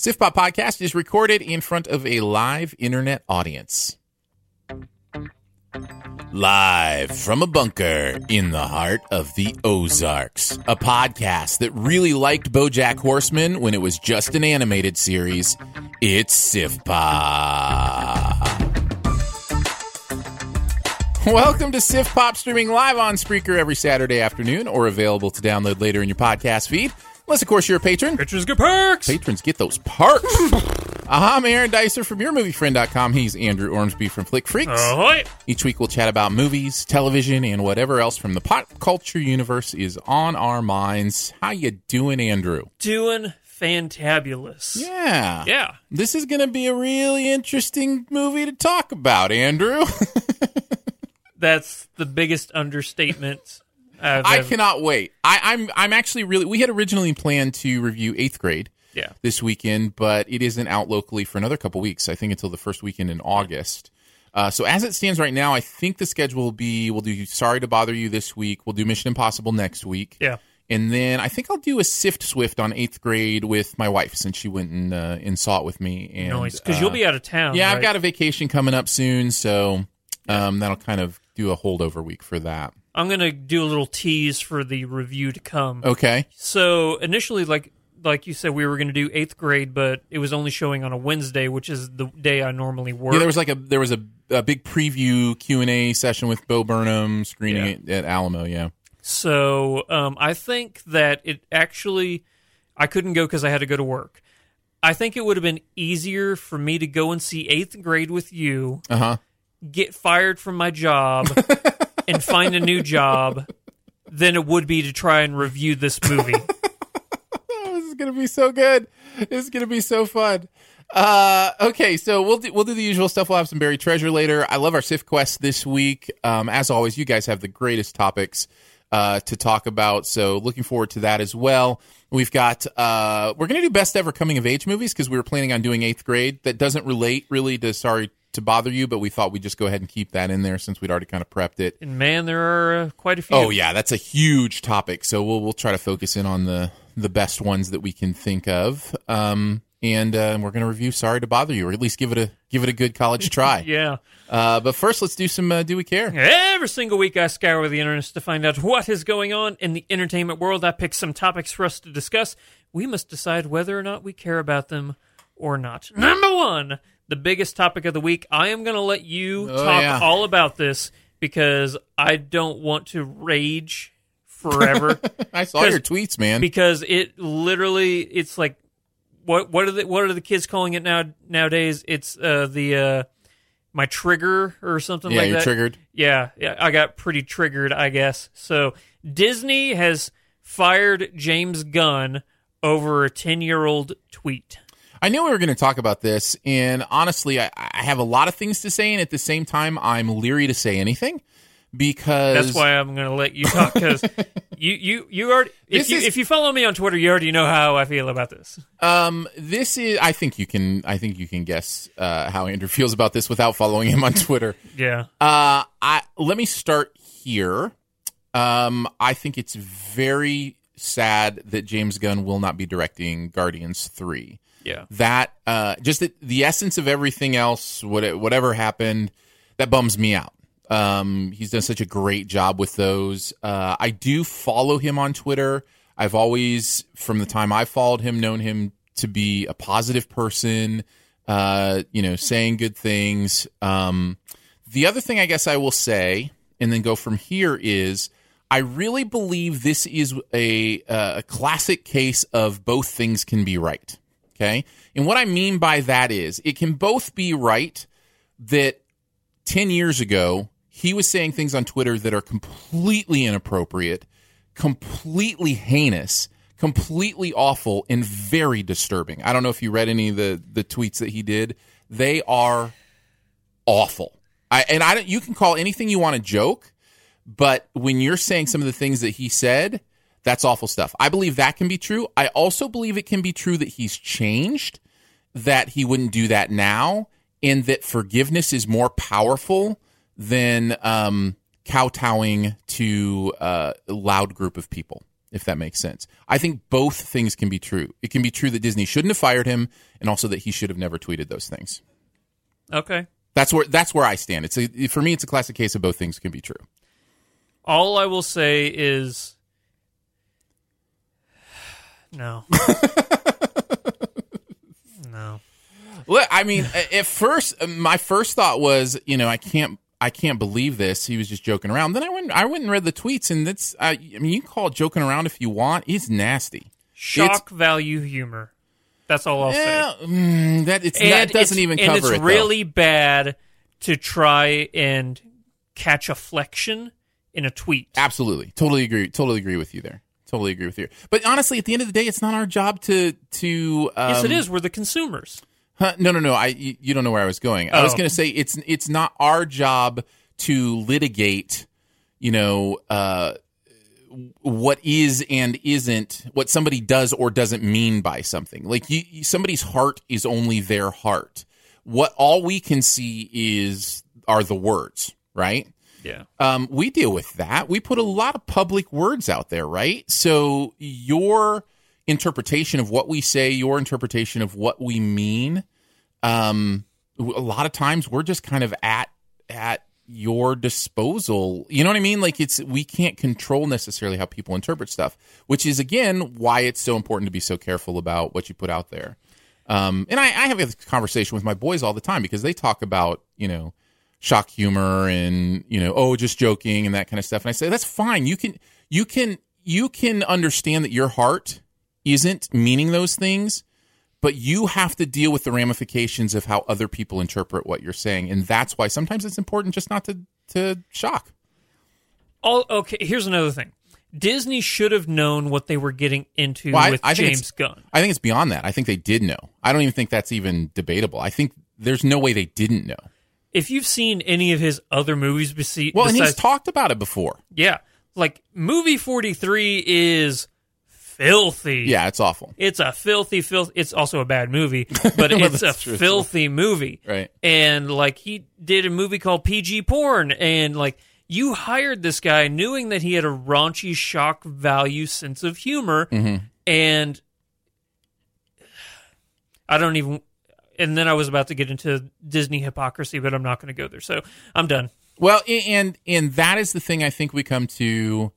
SIFPOP podcast is recorded in front of a live internet audience. Live from a bunker in the heart of the Ozarks, a podcast that really liked Bojack Horseman when it was just an animated series. It's SIFPOP. Welcome to Sif Pop, streaming live on Spreaker every Saturday afternoon or available to download later in your podcast feed. Unless, of course, you're a patron. Pictures get perks. Patrons get those perks. Aha, I'm Aaron Dicer from YourMovieFriend.com. He's Andrew Ormsby from Flick Freaks. Ahoy. Each week we'll chat about movies, television, and whatever else from the pop culture universe is on our minds. How you doing, Andrew? Doing fantabulous. Yeah. Yeah. This is going to be a really interesting movie to talk about, Andrew. That's the biggest understatement I've I ever- cannot wait. I, I'm I'm actually really. We had originally planned to review Eighth Grade Yeah. this weekend, but it isn't out locally for another couple weeks. I think until the first weekend in August. Uh, so as it stands right now, I think the schedule will be we'll do Sorry to Bother You this week. We'll do Mission Impossible next week. Yeah. And then I think I'll do a Sift Swift on eighth grade with my wife since she went and uh, and saw it with me. And Noise. Because uh, you'll be out of town. yeah, I've right? got a vacation coming up soon, so um, that'll kind of do a holdover week for that. I'm going to do a little tease for the review to come. Okay. So initially, like like you said, we were going to do eighth grade, but it was only showing on a Wednesday, which is the day I normally work. Yeah, there was like a there was a, a big preview Q and A session with Bo Burnham screening it at Alamo. Yeah, So um, I think that it actually, I couldn't go because I had to go to work. I think it would have been easier for me to go and see eighth grade with you, uh huh. get fired from my job, and find a new job than it would be to try and review this movie. Oh, this is gonna be so good. This is gonna be so fun. Uh, okay, so we'll do, we'll do the usual stuff. We'll have some buried treasure later. I love our Sif quest this week. Um, as always, you guys have the greatest topics uh, to talk about. So looking forward to that as well. We've got uh, we're gonna do best ever coming of age movies because we were planning on doing eighth grade. That doesn't relate really to sorry to bother you, but we thought we'd just go ahead and keep that in there since we'd already kind of prepped it. And man, there are uh, quite a few. Oh yeah, that's a huge topic. So we'll we'll try to focus in on the the best ones that we can think of. Um, and uh, we're going to review Sorry to Bother You, or at least give it a give it a good college try. Yeah. uh, but first, let's do some uh, Do We Care? Every single week, I scour the internet to find out what is going on in the entertainment world. I pick some topics for us to discuss. We must decide whether or not we care about them or not. Hmm. Number one, the biggest topic of the week. I am going to let you Oh, talk yeah. all about this because I don't want to rage forever I saw your 'Cause- tweets, man. because it literally it's like what what are the what are the kids calling it now nowadays? It's uh, the uh, my trigger or something yeah, like you're that. triggered. Yeah, yeah, I got pretty triggered, I guess. So Disney has fired James Gunn over a ten-year-old tweet. I knew we were going to talk about this, and honestly, I, I have a lot of things to say, and at the same time, I'm leery to say anything because That's why I'm going to let you talk because you you you already if This you, is- if you follow me on Twitter, you already know how I feel about this. Um, this is. I think you can. I think you can guess uh, how Andrew feels about this without following him on Twitter. Yeah, Uh, I let me start here. Um, I think it's very sad that James Gunn will not be directing Guardians Three. yeah, That uh, just the, the essence of everything else, what, whatever happened, that bums me out. Um, he's done such a great job with those. Uh, I do follow him on Twitter. I've always, from the time I followed him, known him to be a positive person. Uh, you know, saying good things. Um, the other thing I guess I will say, and then go from here, is I really believe this is a, uh, a classic case of both things can be right. Okay. And what I mean by that is it can both be right that 10 years ago, he was saying things on Twitter that are completely inappropriate, completely heinous, completely awful, and very disturbing. I don't know if you read any of the, the tweets that he did. They are awful. I, and I don't, you can call anything you want a joke, but when you're saying some of the things that he said, that's awful stuff. I believe that can be true. I also believe it can be true that he's changed, that he wouldn't do that now, and that forgiveness is more powerful than um, kowtowing to uh, a loud group of people. If that makes sense, I think both things can be true. It can be true that Disney shouldn't have fired him, and also that he should have never tweeted those things. okay. That's where that's where I stand. It's a, for me, it's a classic case of both things can be true. All I will say is no, no. Look, I mean, a- at first, uh, my first thought was, you know, I can't, I can't believe this. He was just joking around. Then I went, I went and read the tweets, and that's, I, I mean, you can call it joking around if you want. It's nasty. Shock value humor. That's all I'll say. Yeah, mm, that it's that doesn't it's- even and cover it's it. though. really bad to try and catch a flexion in a tweet. Absolutely. Totally agree. Totally agree with you there. Totally agree with you. But honestly, at the end of the day, it's not our job to to. Um, yes, it is. We're the consumers. Huh? No, no, no. I you, you don't know where I was going. I was Oh. going to say it's it's not our job to litigate. You know. uh what is and isn't what somebody does or doesn't mean by something like you, you- somebody's heart is only their heart what all we can see is are the words right Yeah. um, we deal with that. We put a lot of public words out there, right? So your interpretation of what we say, your interpretation of what we mean, um, w- a lot of times we're just kind of at at your disposal. You know what I mean? Like it's we can't control necessarily how people interpret stuff, which is again why it's so important to be so careful about what you put out there. Um, and I, I have this conversation with my boys all the time because they talk about you know shock humor and you know oh just joking and that kind of stuff and i say that's fine you can you can you can understand that your heart isn't meaning those things but you have to deal with the ramifications of how other people interpret what you're saying and that's why sometimes it's important just not to to shock All okay. Here's another thing. Disney should have known what they were getting into Well, I- with I think it's- James Gunn. i think it's beyond that i think they did know i don't even think that's even debatable i think there's no way they didn't know If you've seen any of his other movies, besi- well and he's besides, talked about it before yeah, like movie forty three is filthy. yeah it's awful It's a filthy, filth. It's also a bad movie, but it's a that's true as well. filthy movie. Right. And like he did a movie called PG Porn, and like you hired this guy knowing that he had a raunchy shock value sense of humor, Mm-hmm. and I don't even. And then I was about to get into Disney hypocrisy, but I'm not going to go there. So I'm done. Well, a- and and that is the thing I think we come to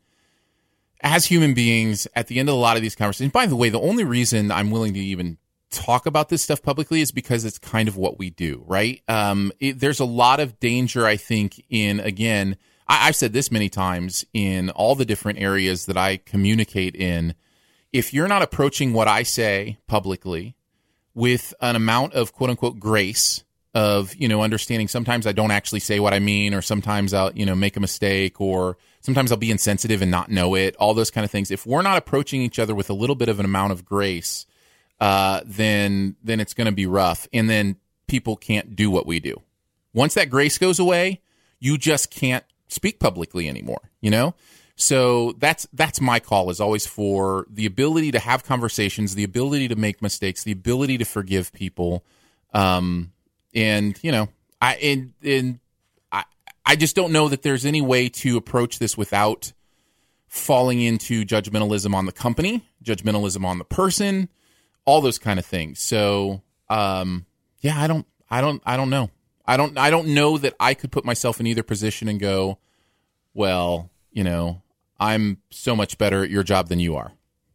as human beings at the end of a lot of these conversations. By the way, the only reason I'm willing to even talk about this stuff publicly is because it's kind of what we do, right? Um, it, there's a lot of danger, I think, in again, I, I've said this many times in all the different areas that I communicate in. If you're not approaching what I say publicly with an amount of quote unquote grace of you know understanding sometimes i don't actually say what i mean or sometimes i'll you know make a mistake or sometimes i'll be insensitive and not know it all those kind of things if we're not approaching each other with a little bit of an amount of grace uh, then then it's going to be rough and then people can't do what we do once that grace goes away you just can't speak publicly anymore, you know? So that's that's my call is always for the ability to have conversations, the ability to make mistakes, the ability to forgive people. Um and, you know, I and and I I just don't know that there's any way to approach this without falling into judgmentalism on the company, judgmentalism on the person, all those kind of things. So, um, yeah, I don't, I don't, I don't know. I don't, I don't know that I could put myself in either position and go, well, you know, I'm so much better at your job than you are.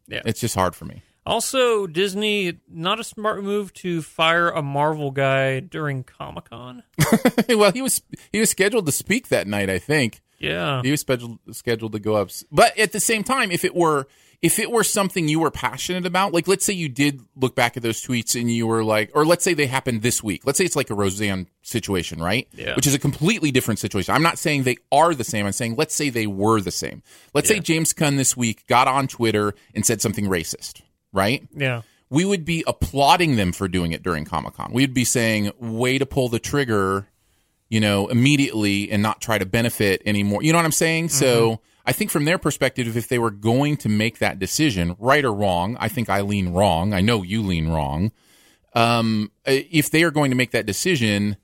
Yeah. It's just hard for me. Also, Disney, not a smart move to fire a Marvel guy during Comic Con. well, he was, he was scheduled to speak that night, I think. Yeah. He was scheduled scheduled to go up, but at the same time, if it were if it were something you were passionate about, like let's say you did look back at those tweets and you were like, or let's say they happened this week. Let's say it's like a Roseanne situation, right? Yeah. Which is a completely different situation. I'm not saying they are the same. I'm saying let's say they were the same. Let's say James Cunn this week got on Twitter and said something racist, right? Yeah. we would be applauding them for doing it during Comic Con. We'd be saying, way to pull the trigger, you know, immediately and not try to benefit anymore. You know what I'm saying? So I think from their perspective, if they were going to make that decision, right or wrong, I think I lean wrong. I know you lean wrong. Um, uh, if they are going to make that decision,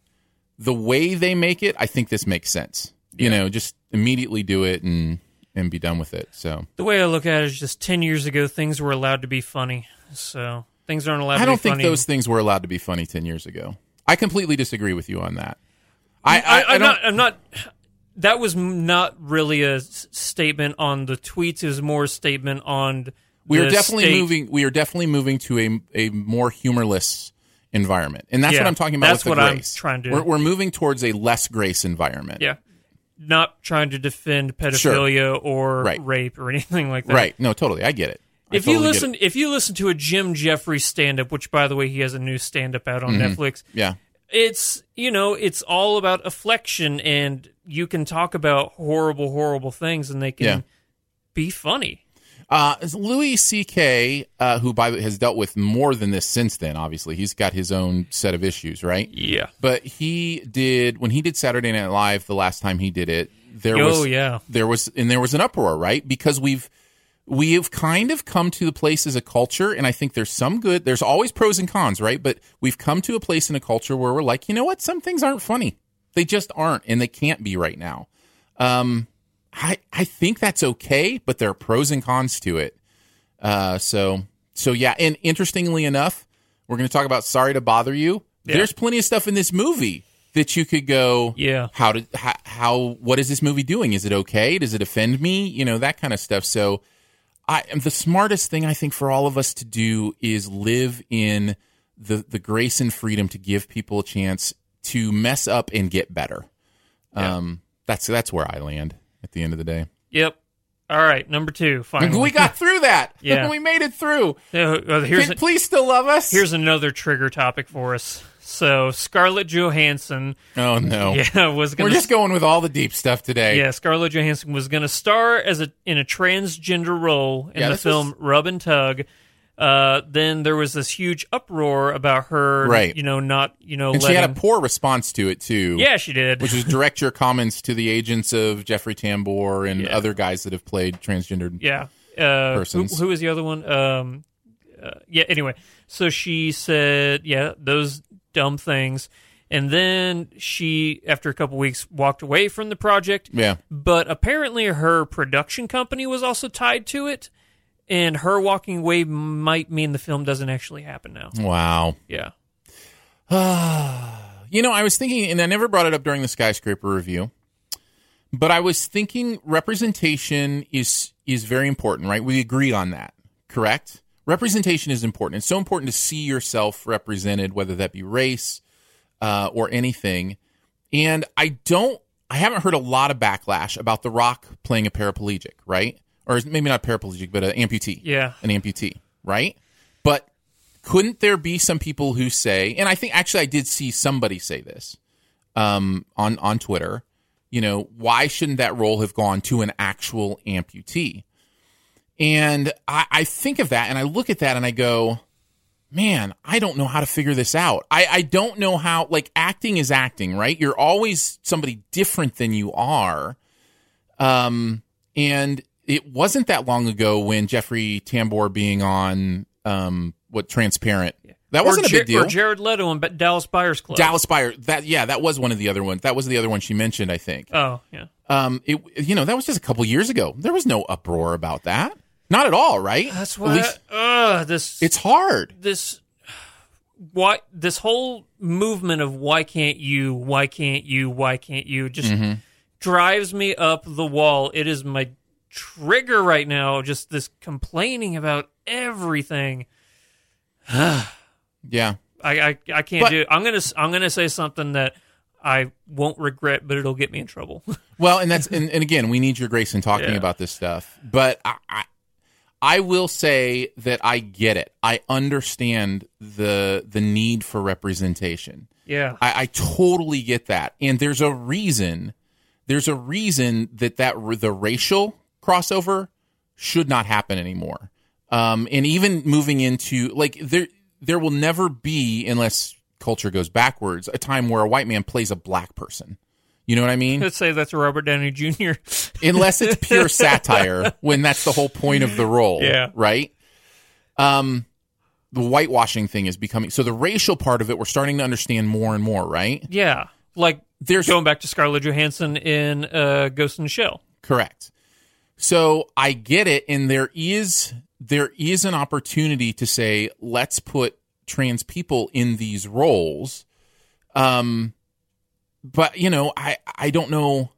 the way they make it, I think this makes sense. You know, just immediately do it and and be done with it. So The way I look at it is just 10 years ago, things were allowed to be funny. So things aren't allowed I to don't be think funny. those things were allowed to be funny ten years ago. I completely disagree with you on that. I, I, I I, I'm, don't. not, I'm not. That was m- not really a s- statement on the tweets. It was more a statement on. we are the definitely state- moving. We are definitely moving to a a more humorless environment, and that's Yeah, what I'm talking about. that's with the what I'm grace. trying to- We're, we're moving towards a less grace environment. Yeah. Not trying to defend pedophilia or Right. rape or anything like that. Right. No, totally. I get it. I if totally you get listen it. if you listen to a Jim Jeffries stand up, which by the way he has a new stand up out on Mm-hmm. Netflix, yeah. it's you know, it's all about afflection and you can talk about horrible, horrible things and they can Yeah. be funny. Uh, Louis C.K., uh, who by the has dealt with more than this since then. Obviously, he's got his own set of issues, right? Yeah. But he did when he did Saturday Night Live the last time he did it. There Oh, was yeah. there was and there was an uproar, right? Because we've we have kind of come to the place as a culture, and I think there's some good. There's always pros and cons, right? But we've come to a place in a culture where we're like, you know what? Some things aren't funny. They just aren't, and they can't be right now. Um, I I think that's okay, but there are pros and cons to it. Uh, so so yeah, and interestingly enough, we're going to talk about "Sorry to Bother You." Yeah. There's plenty of stuff in this movie that you could go, Yeah. How did how, how what is this movie doing? Is it okay? Does it offend me? You know that kind of stuff. So I the smartest thing I think for all of us to do is live in the the grace and freedom to give people a chance to mess up and get better. Yeah. Um, that's that's where I land at the end of the day. Yep. All right, number two, finally. We got through that. Yeah. we made it through. Uh, uh, here's Can- a- please still love us. here's another trigger topic for us. So Scarlett Johansson oh no, yeah, was we're gonna just going with all the deep stuff today. Yeah, Scarlett Johansson was going to star as a in a transgender role in Yeah, the this film Rub and Tug. Uh, then there was this huge uproar about her, Right. You know, not you know, and she letting. had a poor response to it too. yeah, she did. which is direct your comments to the agents of Jeffrey Tambor and other guys that have played transgendered. yeah. Uh, who, persons. who was the other one? Um, uh, yeah. Anyway, so she said, yeah, those dumb things, and then she, after a couple weeks, walked away from the project. Yeah. but apparently her production company was also tied to it and her walking away might mean the film doesn't actually happen Hmm. now Wow. yeah You know, I was thinking, and I never brought it up during the skyscraper review, but I was thinking representation is is very important, right? We agree on that, correct? Representation is important. It's so important to see yourself represented, whether that be race uh, or anything. And I don't, I haven't heard a lot of backlash about The Rock playing a paraplegic, right? Or maybe not paraplegic, but an amputee. Yeah. an amputee, right? But couldn't there be some people who say, and I think actually I did see somebody say this um, on on Twitter, you know, why shouldn't that role have gone to an actual amputee? And I, I think of that and I look at that and I go, man, I don't know how to figure this out. I, I don't know how, like, acting is acting, right? You're always somebody different than you are. Um, and it wasn't that long ago when Jeffrey Tambor being on um, what Transparent that Or wasn't a Jer- big deal. Or Jared Leto on Ba- Dallas Buyers Club. Dallas Buyer that yeah that was one of the other ones that was the other one she mentioned I think. Oh yeah. Um, it you know that was just a couple years ago. There was no uproar about that, not at all, right? That's At why. least- Ugh, this it's hard. this why this whole movement of why can't you why can't you why can't you just Mm-hmm. drives me up the wall it is my trigger right now just this complaining about everything Yeah. i i, I can't But- do it. i'm gonna s- i'm gonna say something that i won't regret but it'll get me in trouble Well, and that's and, and again, we need your grace in talking Yeah. about this stuff. But I, I, I will say that I get it. I understand the the need for representation. yeah I, I totally get that, and there's a reason. There's a reason that that r- the racial crossover should not happen anymore. Um, and even moving into like there, there will never be unless culture goes backwards a time where a white man plays a black person. You know what I mean? let's say that's robert downey jr unless it's pure satire when that's the whole point of the role Yeah. right um the whitewashing thing is becoming so the racial part of it we're starting to understand more and more right yeah like there's going back to scarlett johansson in uh, ghost in the shell correct so i get it and there is there is an opportunity to say let's put trans people in these roles um but you know i i don't know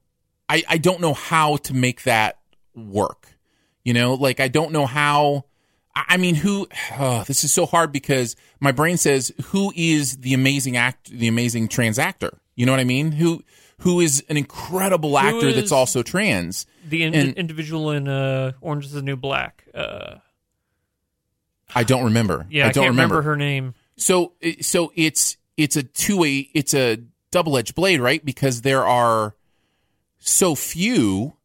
i i don't know how to make that work you know like i don't know how i I mean who oh, this is so hard because my brain says who is the amazing act the amazing trans actor you know what i mean who who is an incredible actor is- that's also trans the in- And- individual in uh, Orange is the New Black. Uh, i don't remember yeah, I, i don't can't remember. remember her name. So so it's it's a two way it's a double edged blade, right? Because there are so few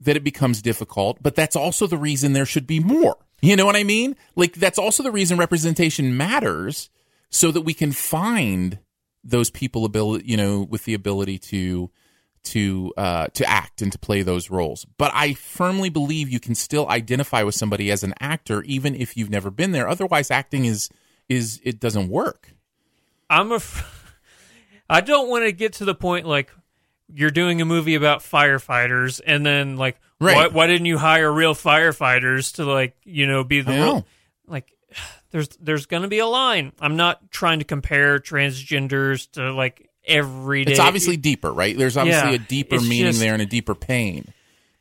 that it becomes difficult, but that's also the reason there should be more. You know what I mean? Like that's also the reason representation matters so that we can find those people ability, you know, with the ability to to uh, to act and to play those roles. But I firmly believe you can still identify with somebody as an actor, even if you've never been there. Otherwise, acting is is it doesn't work. I'm a. F- I don't want to get to the point like you're doing a movie about firefighters and then like why, Right. why didn't you hire real firefighters to like you know be the I know. role? like there's there's gonna be a line. I'm not trying to compare transgenders to like everyday. It's obviously deeper, right? There's obviously Yeah, a deeper it's meaning just- there and a deeper pain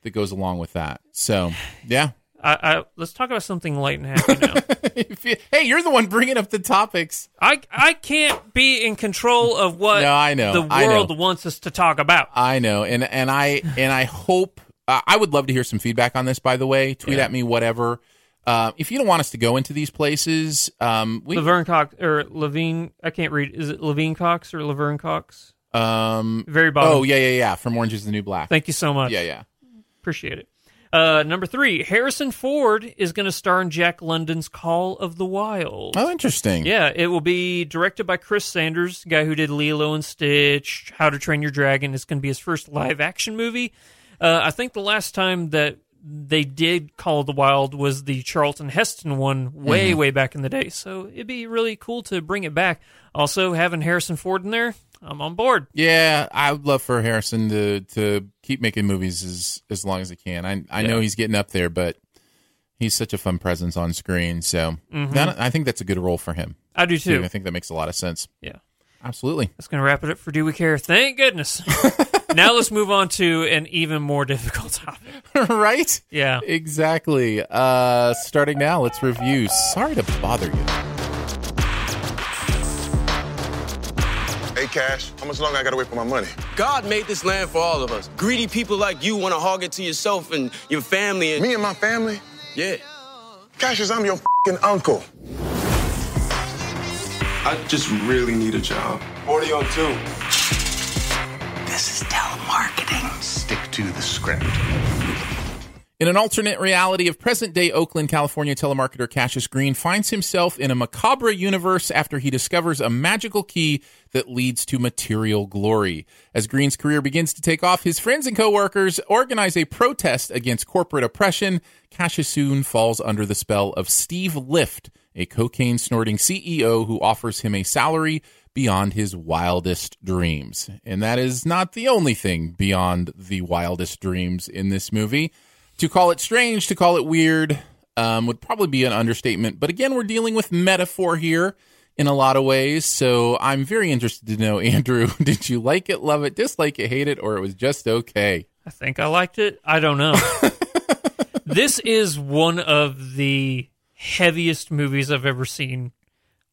that goes along with that. So, yeah. I, I, let's talk about something light and happy now. If you- hey, you're the one bringing up the topics. I I can't be in control of what No, I know, the I know. world wants us to talk about. I know, and and I and I hope uh, I would love to hear some feedback on this. By the way, tweet at me, whatever. Uh, if you don't want us to go into these places, um, we Laverne Cox or Levine, I can't read. Is it Levine Cox or Laverne Cox? um, Very bottom. oh yeah yeah yeah from Orange is the New Black. Thank you so much. yeah yeah. Appreciate it. Uh, number three, Harrison Ford is going to star in Jack London's Call of the Wild. Oh, interesting. Yeah, it will be directed by Chris Sanders, guy who did Lilo and Stitch, How to Train Your Dragon. It's going to be his first live action movie. Uh, I think the last time that they did Call of the Wild was the Charlton Heston one way, way back in the day. So it'd be really cool to bring it back. Also, having Harrison Ford in there, I'm on board. Yeah, I would love for Harrison to to keep making movies as as long as he can. I I know he's getting up there, but he's such a fun presence on screen. So that, I think that's a good role for him. I do Too. Mm-hmm. too. I think that makes a lot of sense. Yeah. Absolutely. That's going to wrap it up for Do We Care? Thank goodness. now let's move on to an even more difficult topic. right? Yeah. Exactly. Uh starting now, let's review. Sorry to bother you. Hey, Cash, how much longer I gotta wait for my money? God made this land for all of us. Greedy people like you want to hog it to yourself and your family and Me and my family? yeah. Cash is I'm your fing uncle. I just really need a job. 40 on two. This is telemarketing. Stick to the script. In an alternate reality of present day Oakland, California, telemarketer Cassius Green finds himself in a macabre universe after he discovers a magical key that leads to material glory. As Green's career begins to take off, his friends and coworkers organize a protest against corporate oppression. Cassius soon falls under the spell of Steve Lift, a cocaine snorting CEO who offers him a salary beyond his wildest dreams. And that is not the only thing beyond the wildest dreams in this movie. To call it strange, to call it weird, um, would probably be an understatement. But again, we're dealing with metaphor here in a lot of ways. So I'm very interested to know, Andrew, did you like it, love it, dislike it, hate it, or it was just okay? I think I liked it. I don't know. this is one of the heaviest movies I've ever seen.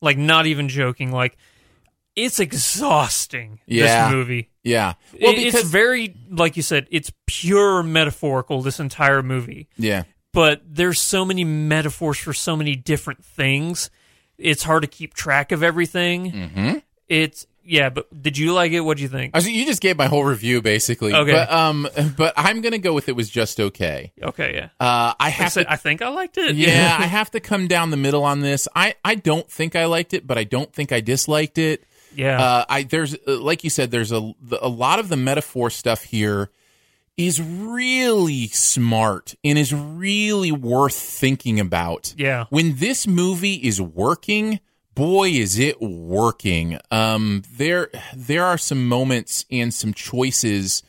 Like, not even joking. Like, it's exhausting. Yeah. This movie. Yeah. Well, It- because it's very, like you said, it's pure metaphorical. This entire movie, yeah. but there's so many metaphors for so many different things. It's hard to keep track of everything. Mm-hmm. It's yeah. But did you like it? What do you think? I was- you just gave my whole review basically. Okay. But, um, but I'm gonna go with it was just okay. okay. Yeah. Uh, I I have said to I think I liked it. yeah, I have to come down the middle on this. I, I don't think I liked it, but I don't think I disliked it. yeah. Uh, I there's uh, like you said, there's a the- a lot of the metaphor stuff here is really smart and is really worth thinking about. Yeah. When this movie is working, boy is it working. Um there there are some moments and some choices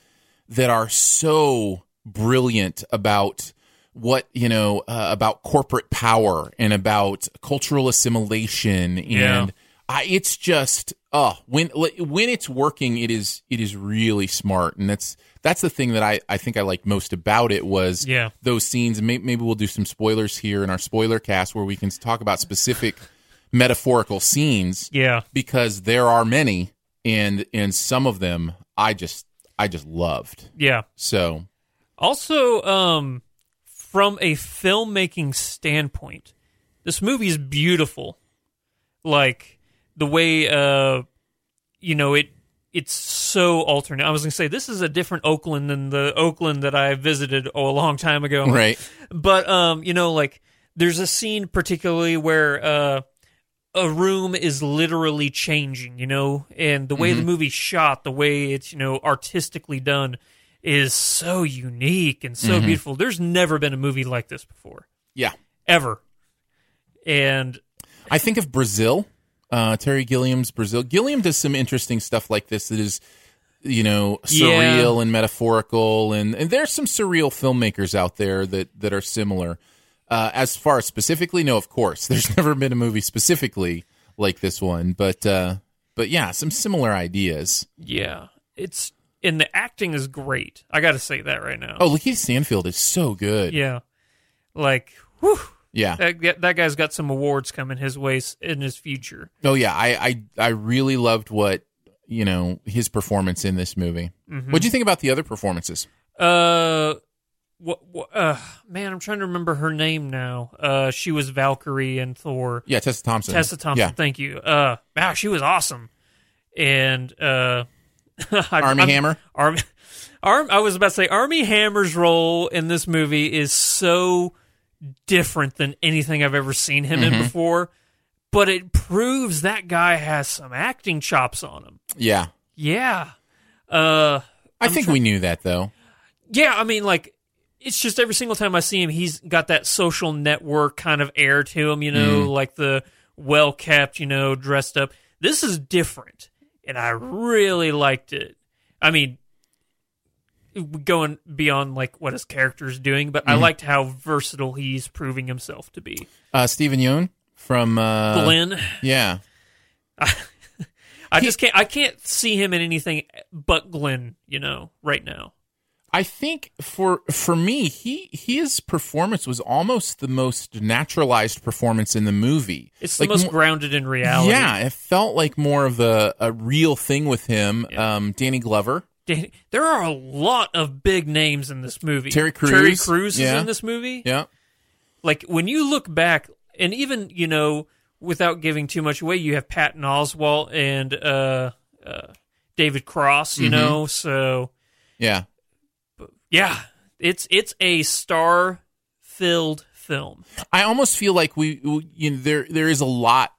that are so brilliant about what you know uh, about corporate power and about cultural assimilation and Yeah. I, it's just oh when like, when it's working it is it is really smart and that's that's the thing that I, I think I liked most about it was Yeah. those scenes may, maybe we'll do some spoilers here in our spoiler cast where we can talk about specific metaphorical scenes yeah. because there are many and and some of them I just I just loved Yeah. so Also, um, from a filmmaking standpoint, this movie is beautiful. Like the way, uh, you know, it it's so alternate. I was gonna say this is a different Oakland than the Oakland that I visited oh, a long time ago, right But um, you know, like there's a scene particularly where uh, a room is literally changing, you know, and the way Mm-hmm. the movie's shot, the way it's you know artistically done, is so unique and so Mm-hmm. beautiful. There's never been a movie like this before, yeah ever. And I think of Brazil, uh, Terry Gilliam's Brazil. Gilliam does some interesting stuff like this that is, you know, surreal and metaphorical, and, and there's some surreal filmmakers out there that that are similar. Uh, as far as specifically, no, of course, there's never been a movie specifically like this one, but uh, but yeah, some similar ideas. yeah, it's and the acting is great. I got to say that right now. Oh, Lakeith Stanfield is so good. yeah, like whew, yeah. that that guy's got some awards coming his way s- in his future. Oh yeah, I I, I really loved what you know his performance in this movie. What do you think about the other performances? Uh, what, what, uh, man, I'm trying to remember her name now. Uh, she was Valkyrie and Thor. Yeah, Tessa Thompson. Tessa Thompson, Yeah. thank you. Uh, wow, she was awesome. And, uh, I, Army I'm- Hammer? Army, Arm, I was about to say Army Hammer's role in this movie is so different than anything I've ever seen him Mm-hmm. in before, but it proves that guy has some acting chops on him. Yeah. Yeah. Uh, I think we knew that though. Yeah, I mean, like, it's just every single time I see him, he's got that social network kind of air to him, you know, Mm. like the well kept, you know, dressed up. This is different, and I really liked it. I mean, going beyond like what his character's doing, but I Mm-hmm. liked how versatile he's proving himself to be. Uh, Stephen Yeun from uh, Glenn, Yeah, I just can't, I can't see him in anything but Glenn, you know, right now. I think for for me, he his performance was almost the most naturalized performance in the movie. It's Like, the most mo- grounded in reality. Yeah, it felt like more of a, a real thing with him. Um, Danny Glover. Danny, there are a lot of big names in this movie. Terry Crews. Terry Crews Yeah. is in this movie. Yeah. Like when you look back, and even you know, without giving too much away, you have Patton Oswalt and uh, Mm-hmm. uh, David Cross. You know, so Yeah. yeah, It's it's a star filled film. I almost feel like we, we- you know, there there is a lot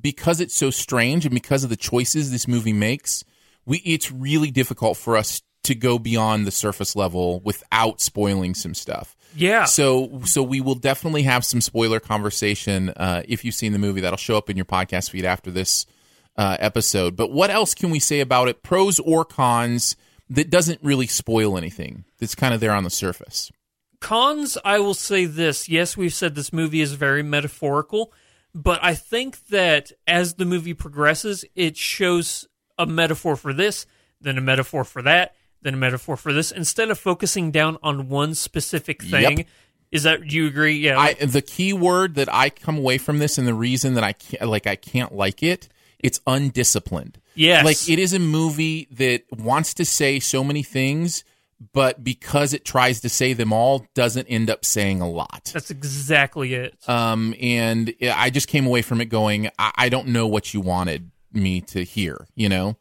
because it's so strange and because of the choices this movie makes. We it's really difficult for us to go beyond the surface level without spoiling some stuff. Yeah. So so we will definitely have some spoiler conversation uh, if you've seen the movie that'll show up in your podcast feed after this uh, episode. But what else can we say about it? Pros or cons that doesn't really spoil anything. That's kind of there on the surface. cons i will say this yes we've said this movie is very metaphorical but i think that as the movie progresses it shows a metaphor for this then a metaphor for that then a metaphor for this instead of focusing down on one specific thing Yep. is that do you agree yeah I the key word that I come away from this and the reason that I can't like I can't like it, it's undisciplined. Yes. Like it is a movie that wants to say so many things, but because it tries to say them all, doesn't end up saying a lot. that's exactly it Um and I just came away from it going, I, I don't know what you wanted me to hear, you know?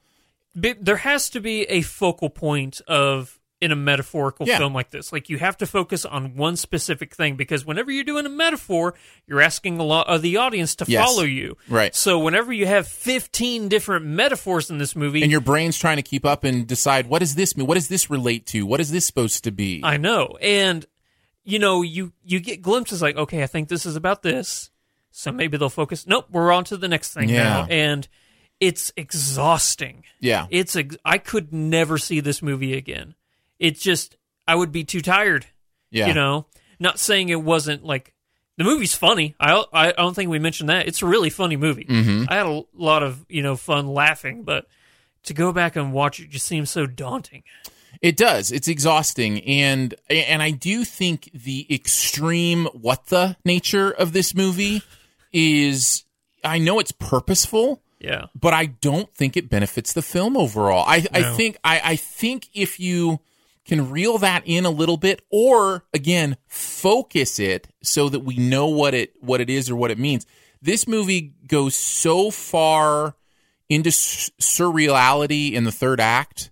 Be- there has to be a focal point of in a metaphorical Yeah. film like this like you have to focus on one specific thing because whenever you're doing a metaphor you're asking a lot of the audience to Yes. follow you Right. so whenever you have 15 different metaphors in this movie And your brain's trying to keep up and decide what does this mean? What does this relate to? What is this supposed to be? I know. And you know, you you get glimpses like, okay, I think this is about this. So maybe they'll focus. Nope, we're on to the next thing Yeah. now. And it's exhausting. Yeah. It's ex- I could never see this movie again. It's just I would be too tired. yeah. You know, not saying it wasn't like the movie's funny. I I don't think we mentioned that. It's a really funny movie. Mm-hmm. I had a lot of, you know, fun laughing, but to go back and watch it just seems so daunting. It does. It's exhausting, and and I do think the extreme what the nature of this movie is. I know it's purposeful, Yeah. but I don't think it benefits the film overall. I, I think I, I think if you can reel that in a little bit, or again, focus it so that we know what it what it is or what it means. This movie goes so far into s- surreality in the third act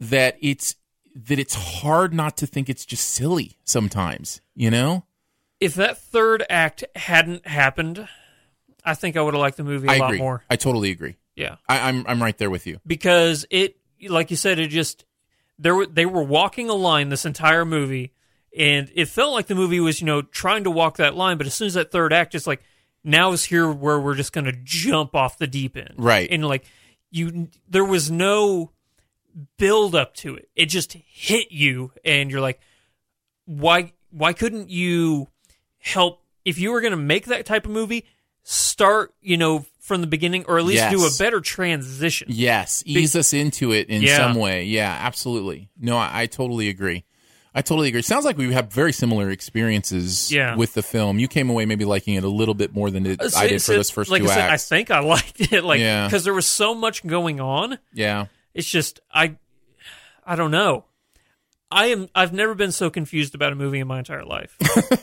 that it's that it's hard not to think it's just silly sometimes. You know, if that third act hadn't happened, I think I would have liked the movie a I lot agree. more. I totally agree. Yeah, I, I'm I'm right there with you. because it, like you said, it just there were they were walking a line this entire movie, and it felt like the movie was you know trying to walk that line, but as soon as that third act, it's like now is here where we're just gonna jump off the deep end, Right. And like you, there was no build up to it. It just hit you, and you're like, why why couldn't you help if you were going to make that type of movie start you know from the beginning or at least do a Yes. better transition Yes, ease us into it in Yeah. some way. Yeah, absolutely. No, I, I totally agree. I totally agree. It sounds like we have very similar experiences Yeah. with the film. You came away maybe liking it a little bit more than it, Uh, I did since- for those first like two I said, acts. I think I liked it, like Yeah. because there was so much going on. yeah. It's just I, I don't know. I am. I've never been so confused about a movie in my entire life.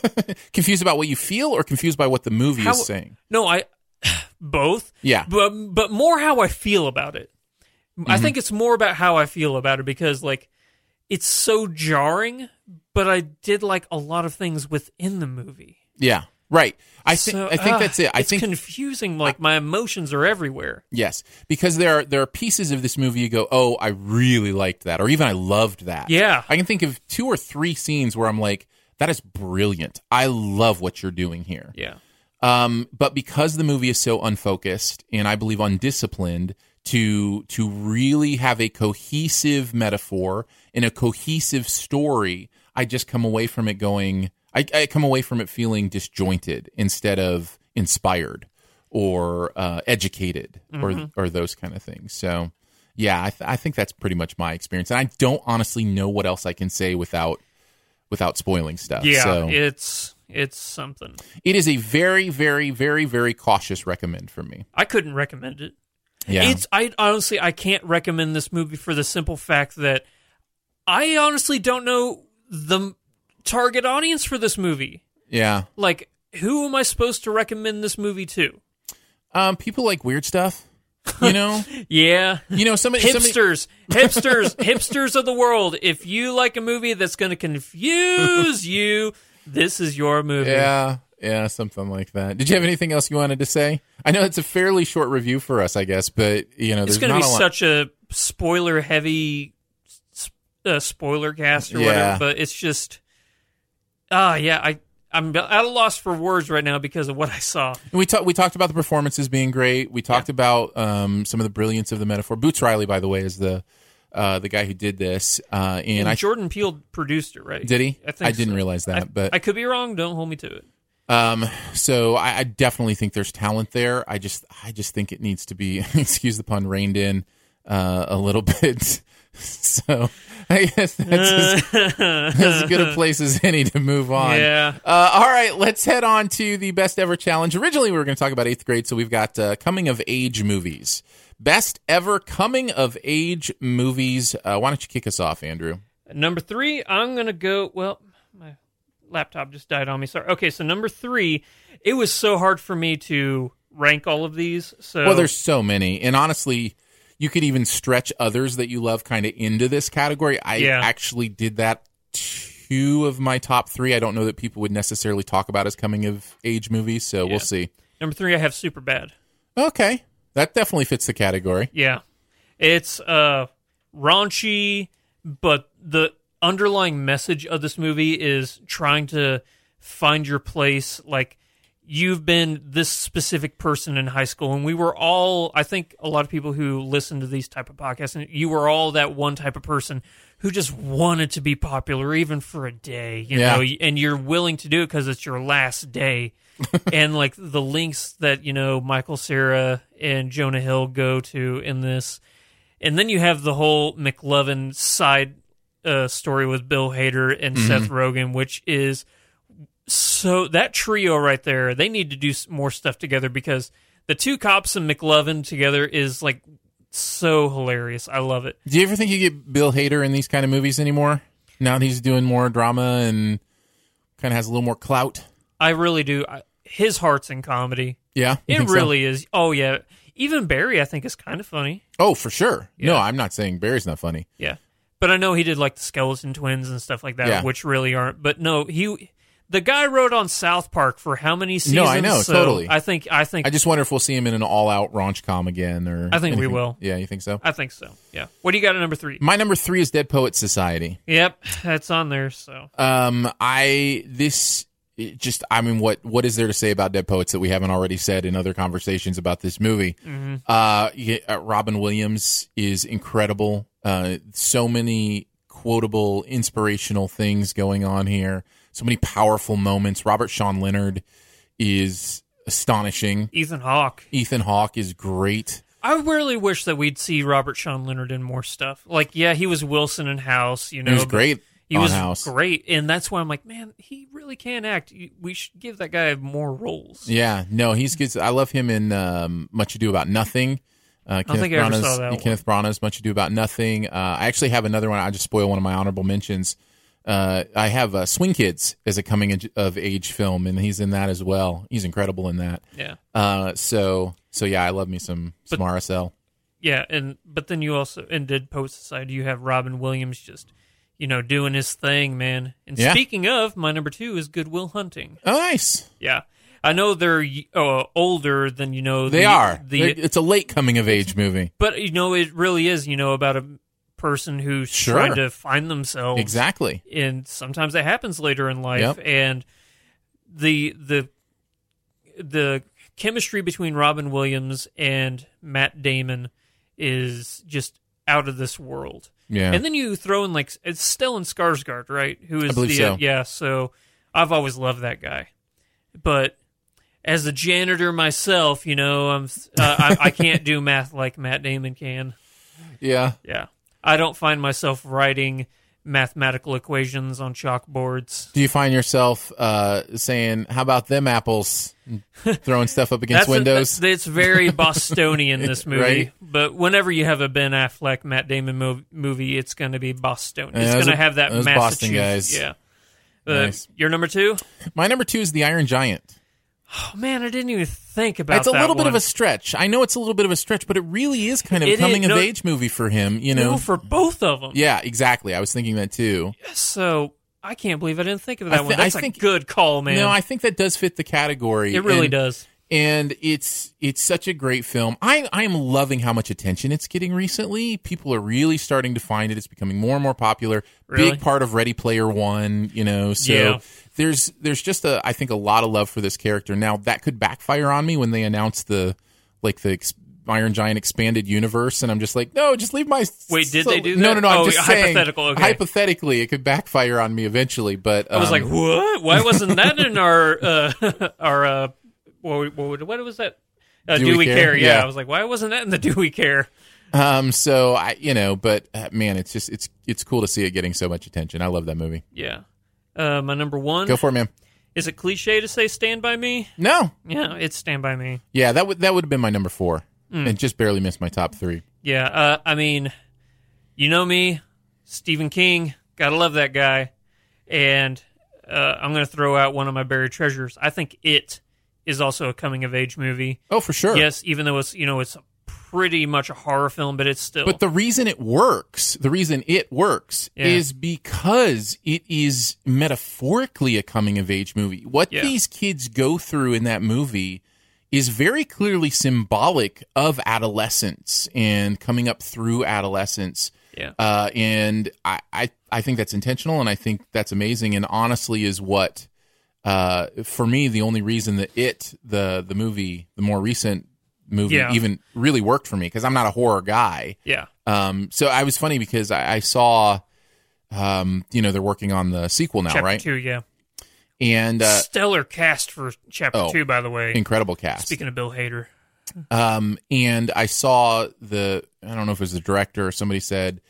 Confused about what you feel or confused by what the movie How- is saying? No, I both. Yeah. Mm-hmm. But but more how I feel about it. I think it's more about how I feel about it because like it's so jarring, but I did like a lot of things within the movie. Yeah. Right. I, thi- So, I think ugh, that's it. I it's think confusing. Like my emotions are everywhere. Yes, because there are there are pieces of this movie you go, oh, I really liked that, or even I loved that. Yeah. I can think of two or three scenes where I'm like, that is brilliant. I love what you're doing here. Yeah. Um, but because the movie is so unfocused and I believe undisciplined to to really have a cohesive metaphor and a cohesive story, I just come away from it going I, I come away from it feeling disjointed instead of inspired or uh, educated or or those kind of things. So yeah, I, th- I think that's pretty much my experience, and I don't honestly know what else I can say without without spoiling stuff. Yeah. so It's it's something. it is a very, very, very, very cautious recommend for me. I couldn't recommend it. Yeah. It's I honestly I can't recommend this movie for the simple fact that I honestly don't know the m- target audience for this movie. yeah. Like who am I supposed to recommend this movie to? Um, people like weird stuff. You know, Yeah. you know somebody somebody- Hipsters, hipsters, hipsters of the world. If you like a movie that's going to confuse you, this is your movie. yeah, yeah, something like that. Did you have anything else you wanted to say? I know it's a fairly short review for us, I guess, but you know, there's it's going to not be a lot. such a spoiler heavy uh, spoiler cast or Yeah. whatever but it's just ah yeah i i'm at a loss for words right now because of what i saw And we talked we talked about the performances being great. We talked about um, some of the brilliance of the metaphor. Boots Riley, by the way, is the uh, the guy who did this, uh, and, and I jordan peele produced it right Did he? i think I didn't so. realize that, I- but- i could be wrong don't hold me to it Um, so I, I definitely think there's talent there. I just I just think it needs to be excuse the pun reined in uh, a little bit. So I guess that's as, as good a place as any to move on. Yeah. Uh, all right, let's head on to the best ever challenge. Originally, we were going to talk about eighth grade, so we've got uh, coming of age movies. Best ever coming of age movies. Uh, why don't you kick us off, Andrew? Number three, I'm gonna go. Well, my laptop just died on me. Sorry. Okay, so number three, it was so hard for me to rank all of these. So Well, there's so many, and honestly, you could even stretch others that you love kind of into this category. I Yeah. actually did that two of my top three. I don't know that people would necessarily talk about as coming of age movies, so Yeah. we'll see. number three, I have super bad. Okay, that definitely fits the category. Yeah, it's uh raunchy, but the underlying message of this movie is trying to find your place. Like you've been this specific person in high school, and we were all. I think a lot of people who listen to these type of podcasts, and you were all that one type of person who just wanted to be popular, even for a day. You Yeah. know, and you're willing to do it because it's your last day. and like the links that you know Michael Sarah and Jonah Hill go to in this, and then you have the whole McLovin side uh, story with Bill Hader and Mm-hmm. Seth Rogen, which is so that trio right there. They need to do s- more stuff together because the two cops and McLovin together is like so hilarious. I love it. Do you ever think you get Bill Hader in these kind of movies anymore? Now that he's doing more drama and kind of has a little more clout. I really do. I, his heart's in comedy. Yeah, you It think so? really is. Oh yeah. Even Barry, I think, is kind of funny. Oh, for sure. No, Yeah. I'm not saying Barry's not funny. Yeah. But I know he did like the Skeleton Twins and stuff like that, Yeah. which really aren't. But no, he the guy wrote on South Park for how many seasons? No, I know, So totally. I think I think I I, just wonder if we'll see him in an all-out raunch com again, or I think we anything. will. Yeah, you think so? think so. Yeah. What do you got at number three? My number three is Dead Poets Society. Yep, that's on there. So Um, I this it just I mean, what what is there to say about Dead Poets that we haven't already said in other conversations about this movie? Uh, yeah, uh, Robin Williams is incredible. Uh, so many quotable, inspirational things going on here. So many powerful moments. Robert Sean Leonard is astonishing. Ethan Hawke. Ethan Hawke is great. I really wish that we'd see Robert Sean Leonard in more stuff. Like, yeah, he was Wilson in House. You know, He was but great He on was House. great, and that's why I'm like, man, he really can act. You- We should give that guy more roles. Yeah, no, he's good. I love him in um, Much Ado About Nothing. Uh, Kenneth think I ever Branagh's- saw that one. Kenneth Branagh's Much Ado About Nothing. Uh, I actually have another one. I just spoil one of my honorable mentions. Uh, I have uh, Swing Kids as a coming age- of age film, and he's in that as well. He's incredible in that. Yeah. Uh, so, so yeah, I love me some some RSL. Yeah, and but then you also in Dead Poet Society you have Robin Williams just, you know, doing his thing, man. And Yeah. speaking of, my number two is Goodwill Hunting. Oh, nice. Yeah, I know they're uh, older than you know. They the- are. the, They're- it's a late coming of age movie. but you know it really is you know about a person who's Sure. trying to find themselves Exactly. and sometimes that happens later in life Yep. and the the the chemistry between Robin Williams and Matt Damon is just out of this world. Yeah. And then you throw in like it's Stellan Skarsgård, right? Who is believe the uh, so. yeah, so I've always loved that guy. But as a janitor myself, you know, I'm uh, I, I can't do math like Matt Damon can. Yeah. Yeah. I don't find myself writing mathematical equations on chalkboards. Do you find yourself uh, saying, "How about them apples?" throwing stuff up against a- windows. that's- it's very Bostonian this movie, Right. but whenever you have a Ben Affleck, Matt Damon mov- movie, it's going to be Bostonian. Yeah, It's those going to are- have that those Boston Massachusetts. guys. Yeah. Uh, Nice. Your number two? My number two is the Iron Giant. Oh man, I didn't even think about That's a that little bit of one. a stretch. I know it's a little bit of a stretch, but it really is kind of a It is- coming no- of age movie for him. You know. No, for both of them. yeah, exactly. I was thinking that too. So I can't believe I didn't think of I that thi- one. I That's think- a good call, man. No, I think that does fit the category. it really and, does. and it's it's such a great film. I I am loving how much attention it's getting recently. People are really starting to find it. It's becoming more and more popular. Really? Big part of Ready Player One, you know. So Yeah. there's there's just a I think a lot of love for this character. Now that could backfire on me when they announce the like the ex- Iron Giant expanded universe, and I'm just like, no, just leave my. Wait, did they do No, that? no, no. I'm Oh, just saying, hypothetical, okay. Hypothetically, it could backfire on me eventually, but I was um, like, what? Why wasn't that in our uh, our uh, what, what, what was that? Uh, Do We Do, we Care? care? Yeah. Yeah. I was like, why wasn't that in the Do We Care? Um, so I, you know, but uh, man, it's just it's it's cool to see it getting so much attention. I love that movie. Yeah. Uh, my number one. Go for it, man. Is it cliche to say Stand By Me? No, Yeah, it's Stand By Me. yeah, that would that would have been my number four, Mm. and just barely missed my top three. Yeah, uh, I mean, you know me, Stephen King. Gotta love that guy. And uh, I'm going to throw out one of my buried treasures. I think it is also a coming of age movie. Oh, for sure. Yes, even though it's you know it's pretty much a horror film, but it's still But the reason it works, the reason it works Yeah. is because it is metaphorically a coming of age movie. What Yeah. these kids go through in that movie is very clearly symbolic of adolescence and coming up through adolescence. Yeah. Uh, and I, I, I think that's intentional and I think that's amazing and honestly is what uh, for me the only reason that it the the movie the more recent movie Yeah. even really worked for me because I'm not a horror guy yeah um, so I was funny because I, I saw, um, you know, they're working on the sequel now, chapter right? two yeah And uh, stellar cast for chapter oh, two by the way. incredible cast. Speaking of Bill Hader, Um, and I saw the, I don't know if it was the director or somebody said,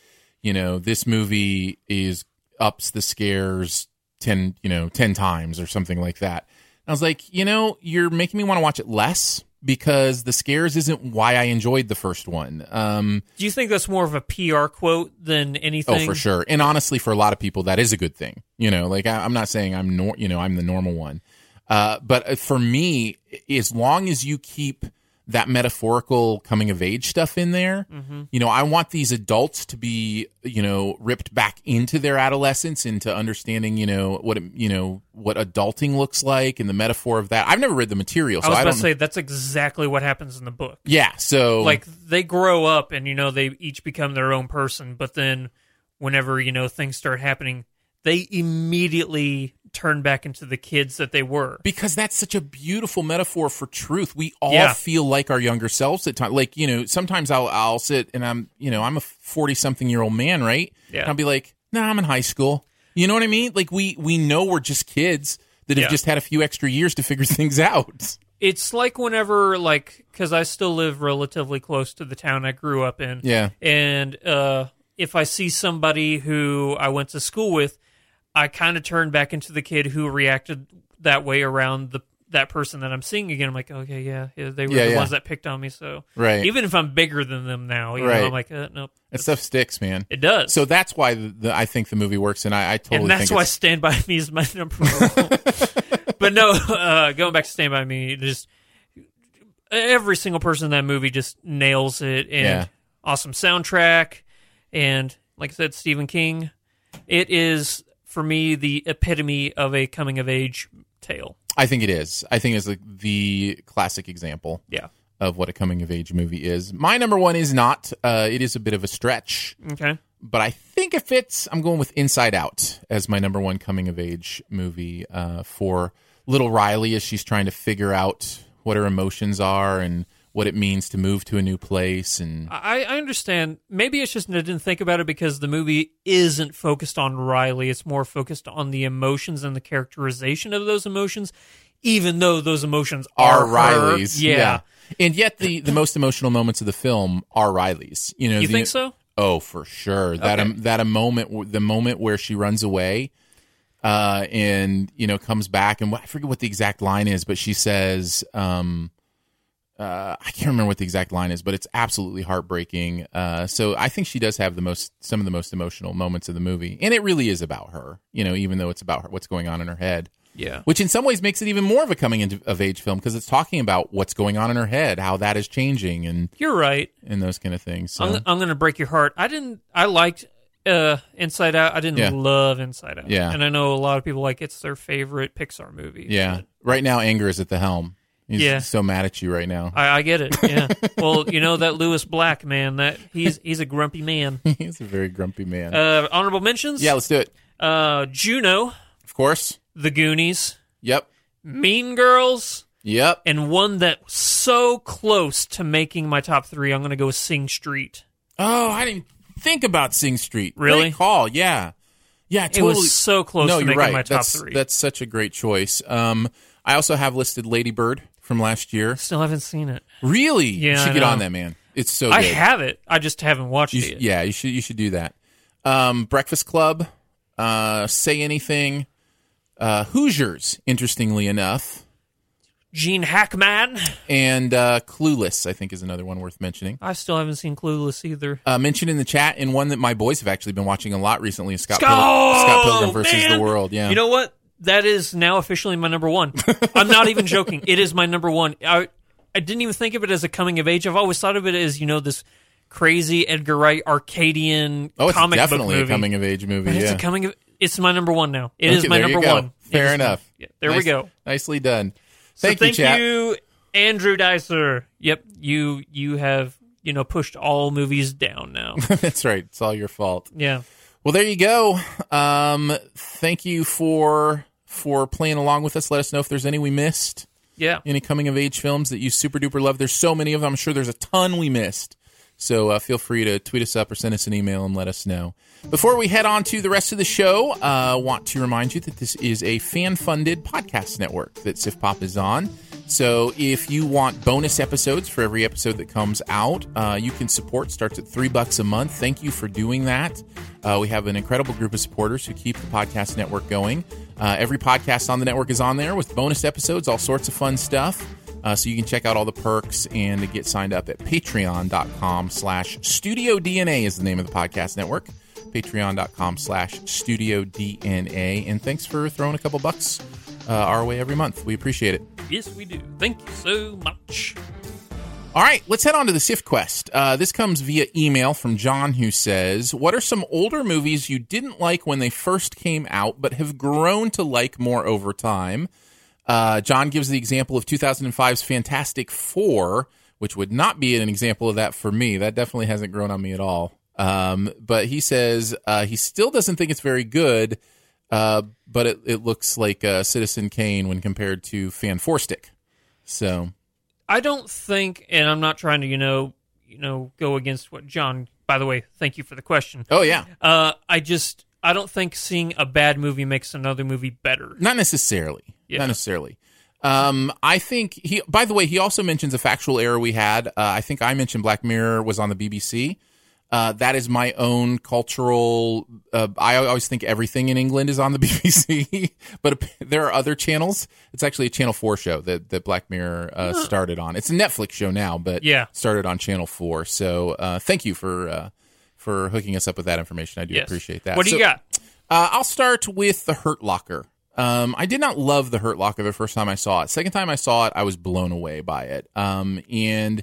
you know, this movie is ups the scares 10, you know, 10 times or something like that. And I was like, you know, you're making me want to watch it less because the scares isn't why I enjoyed the first one. Um, do you think that's more of a PR quote than anything? Oh, for sure. And honestly, for a lot of people, that is a good thing. You know, like I, I'm not saying I'm nor, you know, I'm the normal one. Uh, but uh, for me, i- as long as you keep that metaphorical coming of age stuff in there, Mm-hmm. you know, I want these adults to be, you know, ripped back into their adolescence, into understanding, you know, what, it, you know, what adulting looks like and the metaphor of that. I've never read the material, so I was I, about don't to say that's exactly what happens in the book. Yeah. So Like they grow up and you know they each become their own person, but then whenever you know things start happening, they immediately turn back into the kids that they were. because that's such a beautiful metaphor for truth. We all Yeah. feel like our younger selves at times. Like you know, sometimes I'll I'll sit and I'm you know I'm a forty something year old man, right? Yeah. And I'll be like, no, nah, I'm in high school. You know what I mean? Like we we know we're just kids that have Yeah. just had a few extra years to figure things out. It's like whenever like cuz I still live relatively close to the town I grew up in. Yeah. And uh if I see somebody who I went to school with, I kind of turn back into the kid who reacted that way around the that person that I'm seeing again. I'm like, okay, yeah, yeah they were Yeah, the yeah. ones that picked on me. So Right. even if I'm bigger than them now, you Right. know, I'm like, uh, nope, That stuff sticks, man. it does. So that's why the, the, I think the movie works, and I, I totally and that's think why it's- Stand By Me is my number one. but no, uh, going back to Stand By Me, just every single person in that movie just nails it. And Yeah. awesome soundtrack. And like I said, Stephen King. It is, for me, the epitome of a coming of age tale. I think it is. I think it's like the classic example. Yeah. Of what a coming of age movie is. My number one is not. Uh, it is a bit of a stretch. Okay. but I think it fits. I'm going with Inside Out as my number one coming of age movie uh, for little Riley as she's trying to figure out what her emotions are and what it means to move to a new place. And I, I understand. Maybe it's just I didn't think about it because the movie isn't focused on Riley. It's more focused on the emotions and the characterization of those emotions, even though those emotions are, are her. Riley's, Yeah. And yet the the most emotional moments of the film are Riley's. You know, You the- think so? Oh, for sure. That um, that a moment, w- the moment where she runs away, uh, and you know comes back, and what, I forget what the exact line is, but she says, um, uh, I can't remember what the exact line is, but it's absolutely heartbreaking. Uh, so I think she does have the most, some of the most emotional moments of the movie, and it really is about her. You know, even though it's about her, what's going on in her head. Yeah. which in some ways makes it even more of a coming into of age film because it's talking about what's going on in her head, how that is changing, and You're right. and those kind of things. So, I'm, I'm going to break your heart. I didn't. I liked uh, Inside Out. I didn't Yeah. love Inside Out. Yeah. And I know a lot of people like it's their favorite Pixar movie. yeah, right now anger is at the helm. He's Yeah. so mad at you right now. I, I get it. Yeah. well, you know that Lewis Black man. That he's he's a grumpy man. He's a very grumpy man. Uh, honorable mentions. yeah, let's do it. Uh, Juno, Of course. The Goonies, Yep. Mean Girls, Yep. and one that was so close to making my top three. I'm going to go with Sing Street. Oh, I didn't think about Sing Street. Really? Great call. Yeah. Yeah, It totally. was so close no, you're to making right. my top that's, three. That's such a great choice. Um, I also have listed Lady Bird from last year. Still haven't seen it. Really? You Yeah, should I get know. on that, man. It's so I good. have it. I just haven't watched You sh- it. yeah, you should you should do that. Um, Breakfast Club, uh, Say Anything, uh, Hoosiers, interestingly enough, Gene Hackman. and uh, Clueless, I think, is another one worth mentioning. I still haven't seen Clueless either. Uh, mentioned in the chat, and one that my boys have actually been watching a lot recently is Scott, Go, Pilgrim, Scott Pilgrim versus man! the World. Yeah, You know what? That is now officially my number one. I'm not even joking. It is my number one. I I didn't even think of it as a coming of age. I've always thought of it as you know this crazy Edgar Wright Arcadian oh, it's comic definitely book a movie. coming of age movie. But yeah, it's a coming of. It's my number one now. It is Okay, my there you number go. one. It Fair is- enough. yeah, there we Nice- go. Nicely done. So Thank you, thank chat. you, Andrew Dicer. Yep, you you have you know pushed all movies down now. That's right. It's all your fault. yeah. Well, there you go. Um, thank you for for playing along with us. Let us know if there's any we missed, Yeah. any coming of age films that you super duper love. There's so many of them. I'm sure there's a ton we missed. So uh, feel free to tweet us up or send us an email and let us know. Before we head on to the rest of the show, uh, want to remind you that this is a fan-funded podcast network that Sif Pop is on. So if you want bonus episodes for every episode that comes out, uh, you can support. Starts at three bucks a month. Thank you for doing that. Uh, we have an incredible group of supporters who keep the podcast network going. Uh, every podcast on the network is on there with bonus episodes, all sorts of fun stuff. Uh, so you can check out all the perks and get signed up at patreon.com slash studio DNA is the name of the podcast network. Patreon.com slash studio DNA. And thanks for throwing a couple bucks uh, our way every month. We appreciate it. Yes, we do. Thank you so much. All right, let's head on to the SIF quest. Uh, this comes via email from John, who says, What are some older movies you didn't like when they first came out, but have grown to like more over time? Uh, John gives the example of 2005's Fantastic Four, which would not be an example of that for me. That definitely hasn't grown on me at all. Um, but he says uh, he still doesn't think it's very good, uh, but it, it looks like uh, Citizen Kane when compared to Fan Four Stick. So, I don't think, and I'm not trying to, you know, you know, go against what John. By the way, thank you for the question. oh, yeah. Uh, I just, I don't think seeing a bad movie makes another movie better. Not necessarily. Yeah. Not necessarily. Um, I think he. By the way, he also mentions a factual error we had. Uh, I think I mentioned Black Mirror was on the BBC. Uh, that is my own cultural. Uh, I always think everything in England is on the BBC, but ap- there are other channels. It's actually a Channel Four show that that Black Mirror uh, started on. It's a Netflix show now, but Yeah. started on Channel Four. So uh, thank you for uh, for hooking us up with that information. I do Yes. appreciate that. What do So- you got? uh, I'll start with the Hurt Locker. Um, I did not love the Hurt Locker the first time I saw it. Second time I saw it, I was blown away by it. Um, and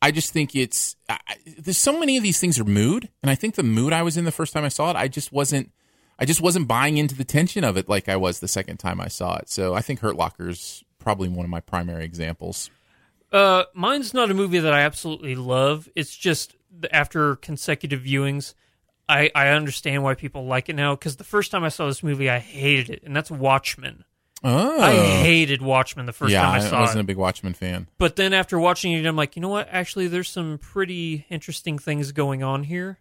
I just think it's I, I- there's so many of these things are mood, and I think the mood I was in the first time I saw it, I just wasn't. I just wasn't buying into the tension of it like I was the second time I saw it. So I think Hurt Locker's probably one of my primary examples. Uh, mine's not a movie that I absolutely love. It's just th- after consecutive viewings, I I understand why people like it now. Because the first time I saw this movie, I hated it, and that's Watchmen. Oh, I hated Watchmen the first yeah, time I saw wasn't it. a big Watchmen fan. but then after watching it, I'm like, you know what? Actually, there's some pretty interesting things going on here.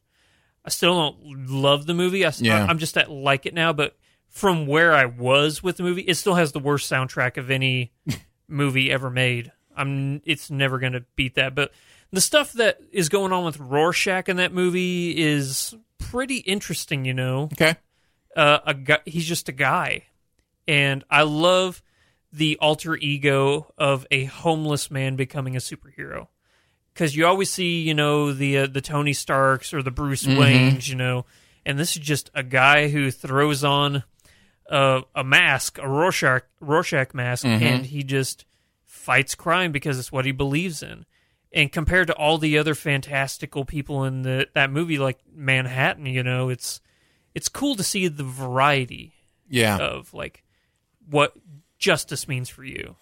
I still don't love the movie. I, Yeah. am just at like it now, but from where I was with the movie, it still has the worst soundtrack of any movie ever made. I'm it's never going to beat that. But the stuff that is going on with Rorschach in that movie is pretty interesting, you know Okay, uh, a guy. He's just a guy, and I love the alter ego of a homeless man becoming a superhero. Because you always see, you know, the uh, the Tony Starks or the Bruce Waynes, you know, and this is just a guy who throws on a, a mask, a Rorschach Rorschach mask, and he just fights crime because it's what he believes in. And compared to all the other fantastical people in the that movie, like Manhattan, you know, it's it's cool to see the variety Yeah. of like what justice means for you.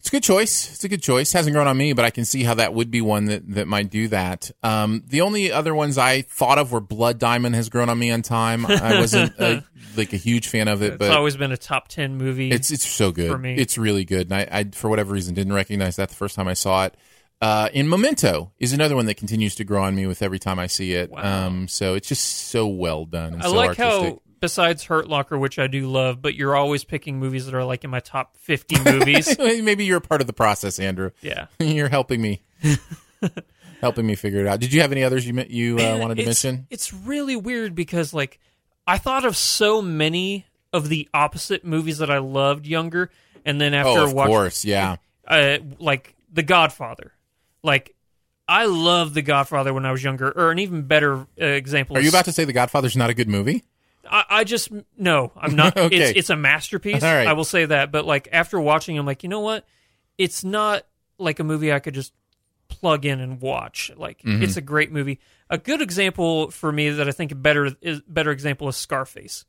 It's a good choice. It's a good choice. Hasn't grown on me, but I can see how that would be one that, that might do that. Um, the only other ones I thought of were Blood Diamond has grown on me on time. I wasn't a, like a huge fan of it, It's but always been a top ten movie. it's it's so good. for me. It's really good, and I, I for whatever reason didn't recognize that the first time I saw it. Uh, and Memento is another one that continues to grow on me with every time I see it. Wow. Um, so it's just so well done. And I so like artistic. how besides Hurt Locker, which I do love, but you're always picking movies that are like in my top fifty movies. maybe you're a part of the process, Andrew. yeah. You're helping me, helping me figure it out. Did you have any others you me- you uh, Man, wanted to it's- mention? It's really weird because like I thought of so many of the opposite movies that I loved younger, and then after Oh, of watching, course, yeah. uh, like The Godfather, like. I loved The Godfather when I was younger, or an even better uh, example. Are you is- about to say The Godfather's not a good movie? I, I just no, I'm not. Okay. It's it's a masterpiece. All right. I will say that. But like after watching, I'm like, you know what? It's not like a movie I could just plug in and watch. Like Mm-hmm. it's a great movie. A good example for me that I think a better is better example is Scarface.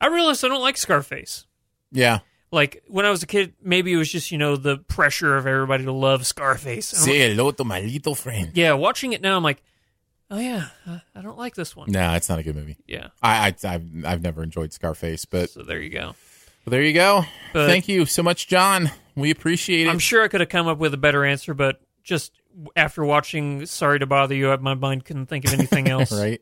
I realized I don't like Scarface. Yeah. Like when I was a kid, maybe it was just you know the pressure of everybody to love Scarface. And I'm like, Say hello to my little friend. yeah, watching it now, I'm like, oh yeah, I- I don't like this one. No, it's not a good movie. Yeah. I, I I've, I've never enjoyed Scarface, but So there you go. well, there you go. But- Thank you so much, John. We appreciate it. I'm sure I could have come up with a better answer, but just after watching Sorry to Bother You, my mind couldn't think of anything else. right.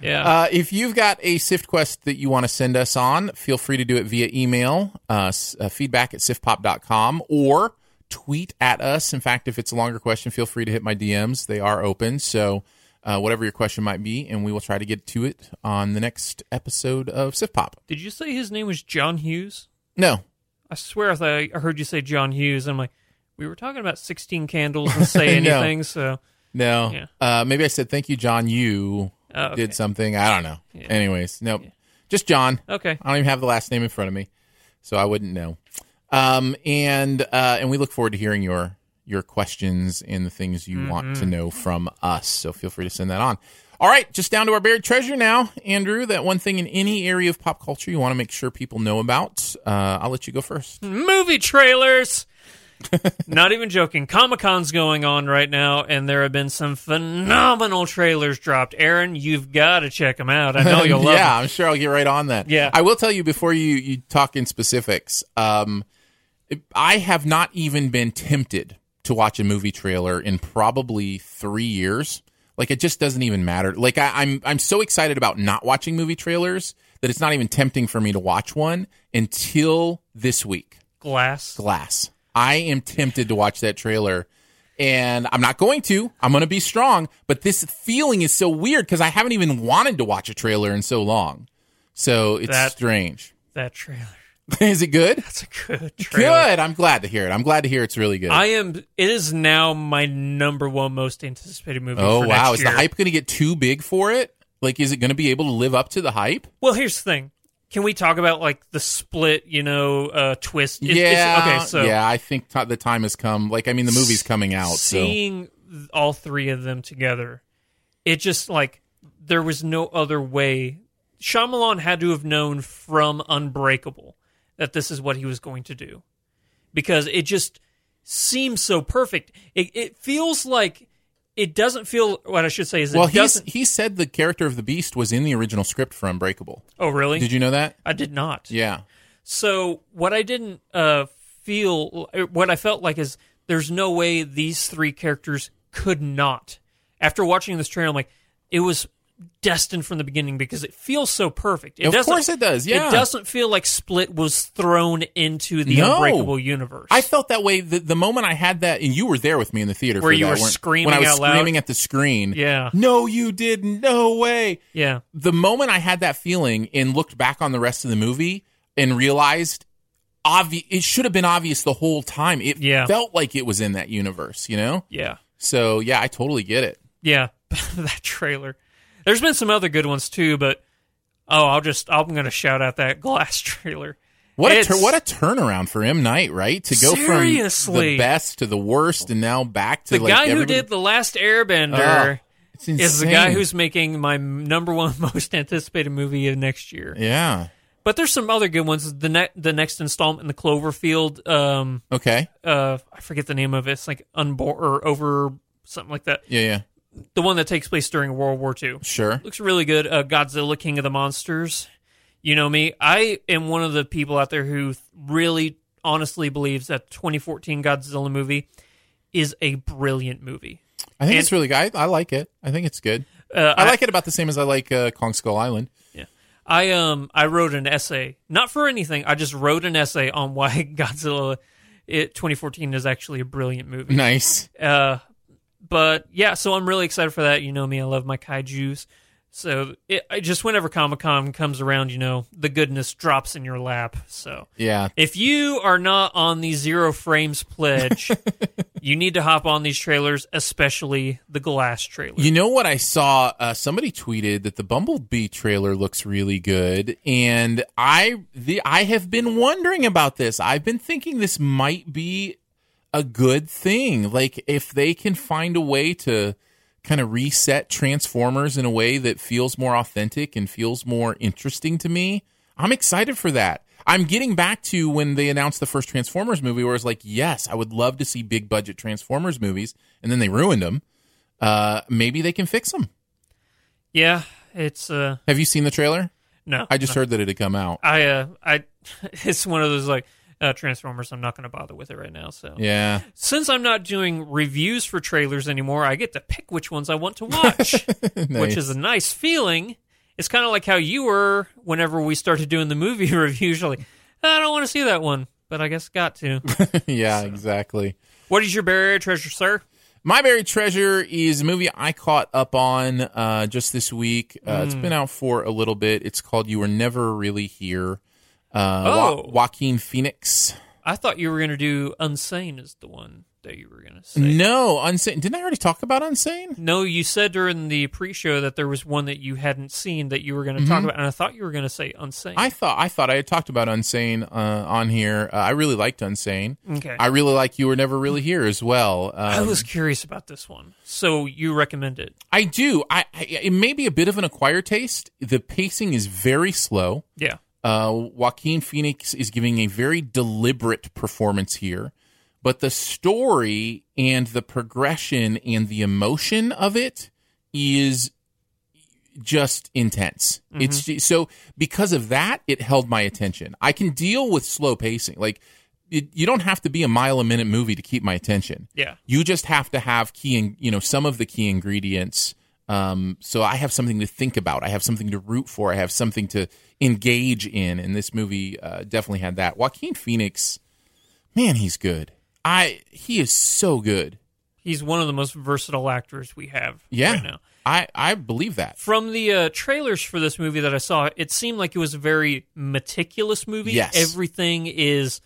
Yeah. Uh, if you've got a SIFT quest that you want to send us on, feel free to do it via email, uh, s- uh, feedback at siftpop.com, or tweet at us. In fact, if it's a longer question, feel free to hit my DMs. They are open. So, uh, whatever your question might be, and we will try to get to it on the next episode of SIFT Pop. Did you say his name was John Hughes? No. I swear I, thought I heard you say John Hughes. I'm like, we were talking about 16 candles and say No. anything. So No. Yeah. Uh, maybe I said, thank you, John. You Oh, okay. did something. I don't know. Yeah. Anyways, nope. Just John. okay, I don't even have the last name in front of me, so I wouldn't know. Um, and uh, and we look forward to hearing your your questions and the things you want to know from us. So feel free to send that on. All right, just down to our buried treasure now, Andrew. That one thing in any area of pop culture you want to make sure people know about. Uh, I'll let you go first. movie trailers. Not even joking. Comic Con's going on right now, and there have been some phenomenal trailers dropped. Aaron, you've got to check them out. I know you'll love 'em. yeah, I'm sure I'll get right on that. Yeah. I will tell you before you you talk in specifics. Um, I have not even been tempted to watch a movie trailer in probably three years. Like it just doesn't even matter. Like I, I'm I'm so excited about not watching movie trailers that it's not even tempting for me to watch one until this week. Glass. Glass. I am tempted to watch that trailer. And I'm not going to. I'm going to be strong. But this feeling is so weird because I haven't even wanted to watch a trailer in so long. So it's That- strange. That trailer. is it good? That's a good trailer. Good. I'm glad to hear it. I'm glad to hear it's really good. I am. It is now my number one most anticipated movie. oh, for wow. Next Is year. the hype going to get too big for it? Like, is it going to be able to live up to the hype? Well, here's the thing. Can we talk about like the split? You know, uh, twist. It- it's- yeah. okay. So yeah, I think t- the time has come. Like, I mean, the movie's coming out. So seeing th- all three of them together, it just like there was no other way. Shyamalan had to have known from Unbreakable that this is what he was going to do, because it just seems so perfect. It, it feels like it doesn't feel. What I should say is, well, it he's, doesn't. he said the character of the Beast was in the original script for Unbreakable. oh, really? Did you know that? I did not. Yeah. So what I didn't uh, feel, what I felt like is there's no way these three characters could not. After watching this trailer, I'm like, it was destined from the beginning because it feels so perfect. It Of doesn't- course it does, yeah. it doesn't feel like Split was thrown into the No. Unbreakable universe. I felt that way the, the moment I had that, and you were there with me in the theater Where for you that, were weren't- screaming when I was out loud? screaming at the screen. Yeah. No, you didn't. No way. yeah, The moment I had that feeling and looked back on the rest of the movie and realized, obvi- it should have been obvious the whole time. It Yeah. felt like it was in that universe, you know. yeah, So yeah, I totally get it. yeah. that trailer. There's been some other good ones too, but Oh, I'll just I'm gonna shout out that glass trailer. What a It's- tur- what a turnaround for M Night, right? To go from Seriously. the best to the worst, and now back to The like, guy who everybody- did the last Airbender Oh, it's is the insane. guy who's making my number one most anticipated movie of next year. yeah But there's some other good ones. The ne- the next installment in the Cloverfield, um, okay uh, I forget the name of it. It's like unborn or over something like that. yeah yeah The one that takes place during World War II. sure Looks really good. Uh, Godzilla, King of the Monsters. You know me. I am one of the people out there who th- really honestly believes that 2014 Godzilla movie is a brilliant movie. I think And- it's really good. I, I like it. I think it's good. Uh, I, like it about the same as I like uh, Kong Skull Island. I um I wrote an essay, not for anything. I just wrote an essay on why Godzilla it 2014 is actually a brilliant movie. Nice. Uh, but yeah, so I'm really excited for that. You know me, I love my kaiju's. So it, I just whenever Comic Con comes around, you know the goodness drops in your lap. So Yeah. if you are not on the zero frames pledge, you need to hop on these trailers, especially the glass trailer. You know what I saw? Uh, somebody tweeted that the Bumblebee trailer looks really good, and I the I have been wondering about this. I've been thinking this might be a good thing. Like if they can find a way to kind of reset Transformers in a way that feels more authentic and feels more interesting to me, I'm excited for that. I'm getting back to when they announced the first Transformers movie where I was like, yes, I would love to see big budget Transformers movies, and then they ruined them. Uh, maybe they can fix them. Yeah, it's uh Have you seen the trailer? no. I just heard that it had come out. I uh I it's one of those like uh, Transformers. I'm not going to bother with it right now. So Yeah. since I'm not doing reviews for trailers anymore, I get to pick which ones I want to watch, which is a nice feeling. It's kind of like how you were whenever we started doing the movie reviews. You're like, I don't want to see that one, but I guess got to. yeah, exactly. what is your barrier treasure, sir? My Buried Treasure is a movie I caught up on uh, just this week. Uh, Hmm. It's been out for a little bit. It's called You Were Never Really Here. Uh, Wa- Oh. Joaquin Phoenix. I thought you were going to do Unsane is the one that you were going to Mm. say. No, Unsane. Didn't I already talk about Unsane? No, you said during the pre-show that there was one that you hadn't seen that you were going to talk about, and I thought you were going to say Unsane. Mm-hmm. I thought I thought I had talked about Unsane uh, on here. Uh, I really liked Unsane. okay. I really like You Were Never Really Here as well. Um, I was curious about this one, so you recommend it. I do. I, I it may be a bit of an acquired taste. The pacing is very slow. Yeah. Uh, Joaquin Phoenix is giving a very deliberate performance here, but the story and the progression and the emotion of it is just intense. It's ju- so because of that, it held my attention. I can deal with slow pacing. Like it, you don't have to be a mile a minute movie to keep my attention. Yeah. You just have to have key and you know some of the key ingredients. Um, so I have something to think about. I have something to root for. I have something to engage in. And this movie uh, definitely had that. Joaquin Phoenix, man, he's good. I he is so good. He's one of the most versatile actors we have Yeah, right now. I I believe that. From the uh, trailers for this movie that I saw, it seemed like it was a very meticulous movie. Yes. Everything is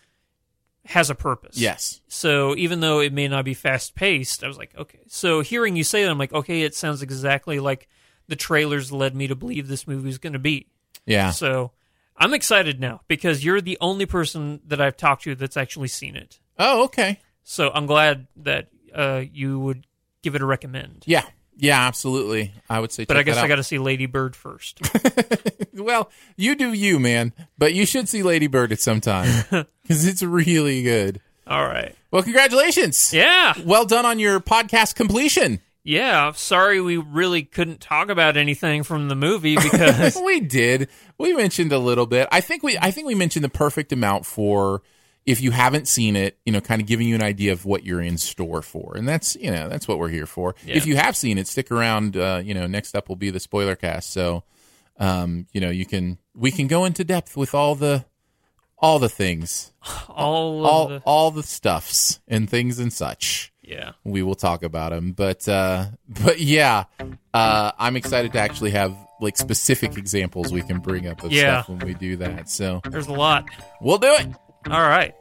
has a purpose. Yes. So even though it may not be fast paced, I was like, okay. So hearing you say that, I'm like, okay, it sounds exactly like the trailers led me to believe this movie was going to be. Yeah. So I'm excited now because you're the only person that I've talked to that's actually seen it. Oh, okay. So I'm glad that uh, you would give it a recommend. Yeah. Yeah, absolutely. I would say. But check I guess that I out. got to see Lady Bird first. well, you do you, man. But you should see Lady Bird at some time because it's really good. All right. Well, congratulations. Yeah. Well done on your podcast completion. Yeah. Sorry we really couldn't talk about anything from the movie because we did. We mentioned a little bit. I think we I think we mentioned the perfect amount for if you haven't seen it, you know, kind of giving you an idea of what you're in store for. And that's, you know, that's what we're here for. If you have seen it, stick around, uh, you know, next up will be the spoiler cast. So um, you know, you can we can go into depth with all the all the things. all, All of the. all the stuffs and things and such. Yeah. we will talk about them but uh but yeah uh i'm excited to actually have like specific examples we can bring up of Yeah. stuff when we do that so There's a lot. we'll do it All right.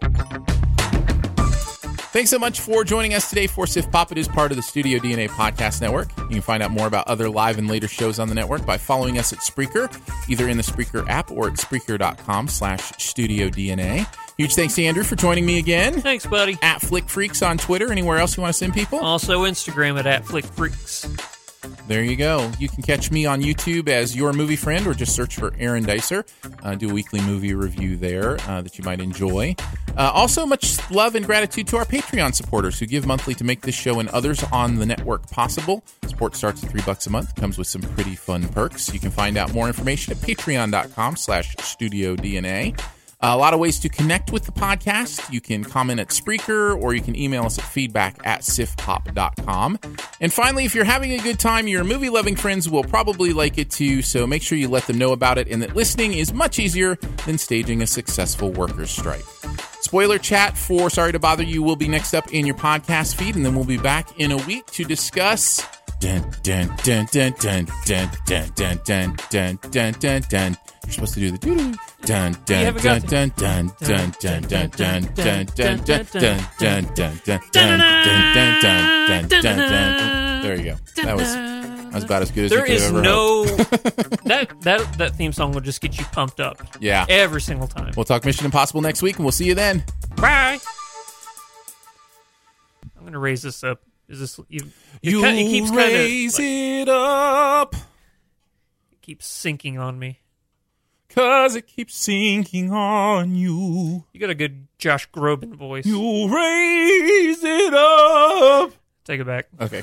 Thanks so much for joining us today for Sif Pop. It is part of the Studio DNA Podcast Network. You can find out more about other live and later shows on the network by following us at Spreaker, either in the Spreaker app or at Spreaker.com slash Studio DNA. Huge thanks to Andrew for joining me again. Thanks, buddy. At Flick Freaks on Twitter. Anywhere else you want to send people? Also, Instagram at, at Flick Freaks. There you go. You can catch me on YouTube as your movie friend, or just search for Aaron Dicer. Uh, do a weekly movie review there uh, that you might enjoy. Uh, also, much love and gratitude to our Patreon supporters who give monthly to make this show and others on the network possible. Support starts at three bucks a month. Comes with some pretty fun perks. You can find out more information at Patreon.com/slash Studio DNA. A lot of ways to connect with the podcast. You can comment at Spreaker or you can email us at feedback at sifpop.com. And finally, if you're having a good time, your movie loving friends will probably like it too. So make sure you let them know about it and that listening is much easier than staging a successful workers' strike. Spoiler chat for Sorry to Bother You will be next up in your podcast feed, and then we'll be back in a week to discuss. Dun, dun, dun, dun, dun, dun, dun, dun, dun, dun, dun, dun, dun. You're supposed to do the doo dun dun haven't dun got to- dun dun dun dun dun dun dun dun dun dun dun dun dun dun dun dun dun dun dun. There you go. That was that was about as good as There you could is have ever hoped. no that that that theme song will just get you pumped up Yeah. every single time. We'll talk Mission Impossible next week, and we'll see you then. Bye. I'm gonna raise this up. Is this you? you ki- it keeps kind raise of like, it up. keeps sinking on me. Cause it keeps sinking on you. You got a good Josh Groban voice. You raise it up. Take it back. Okay.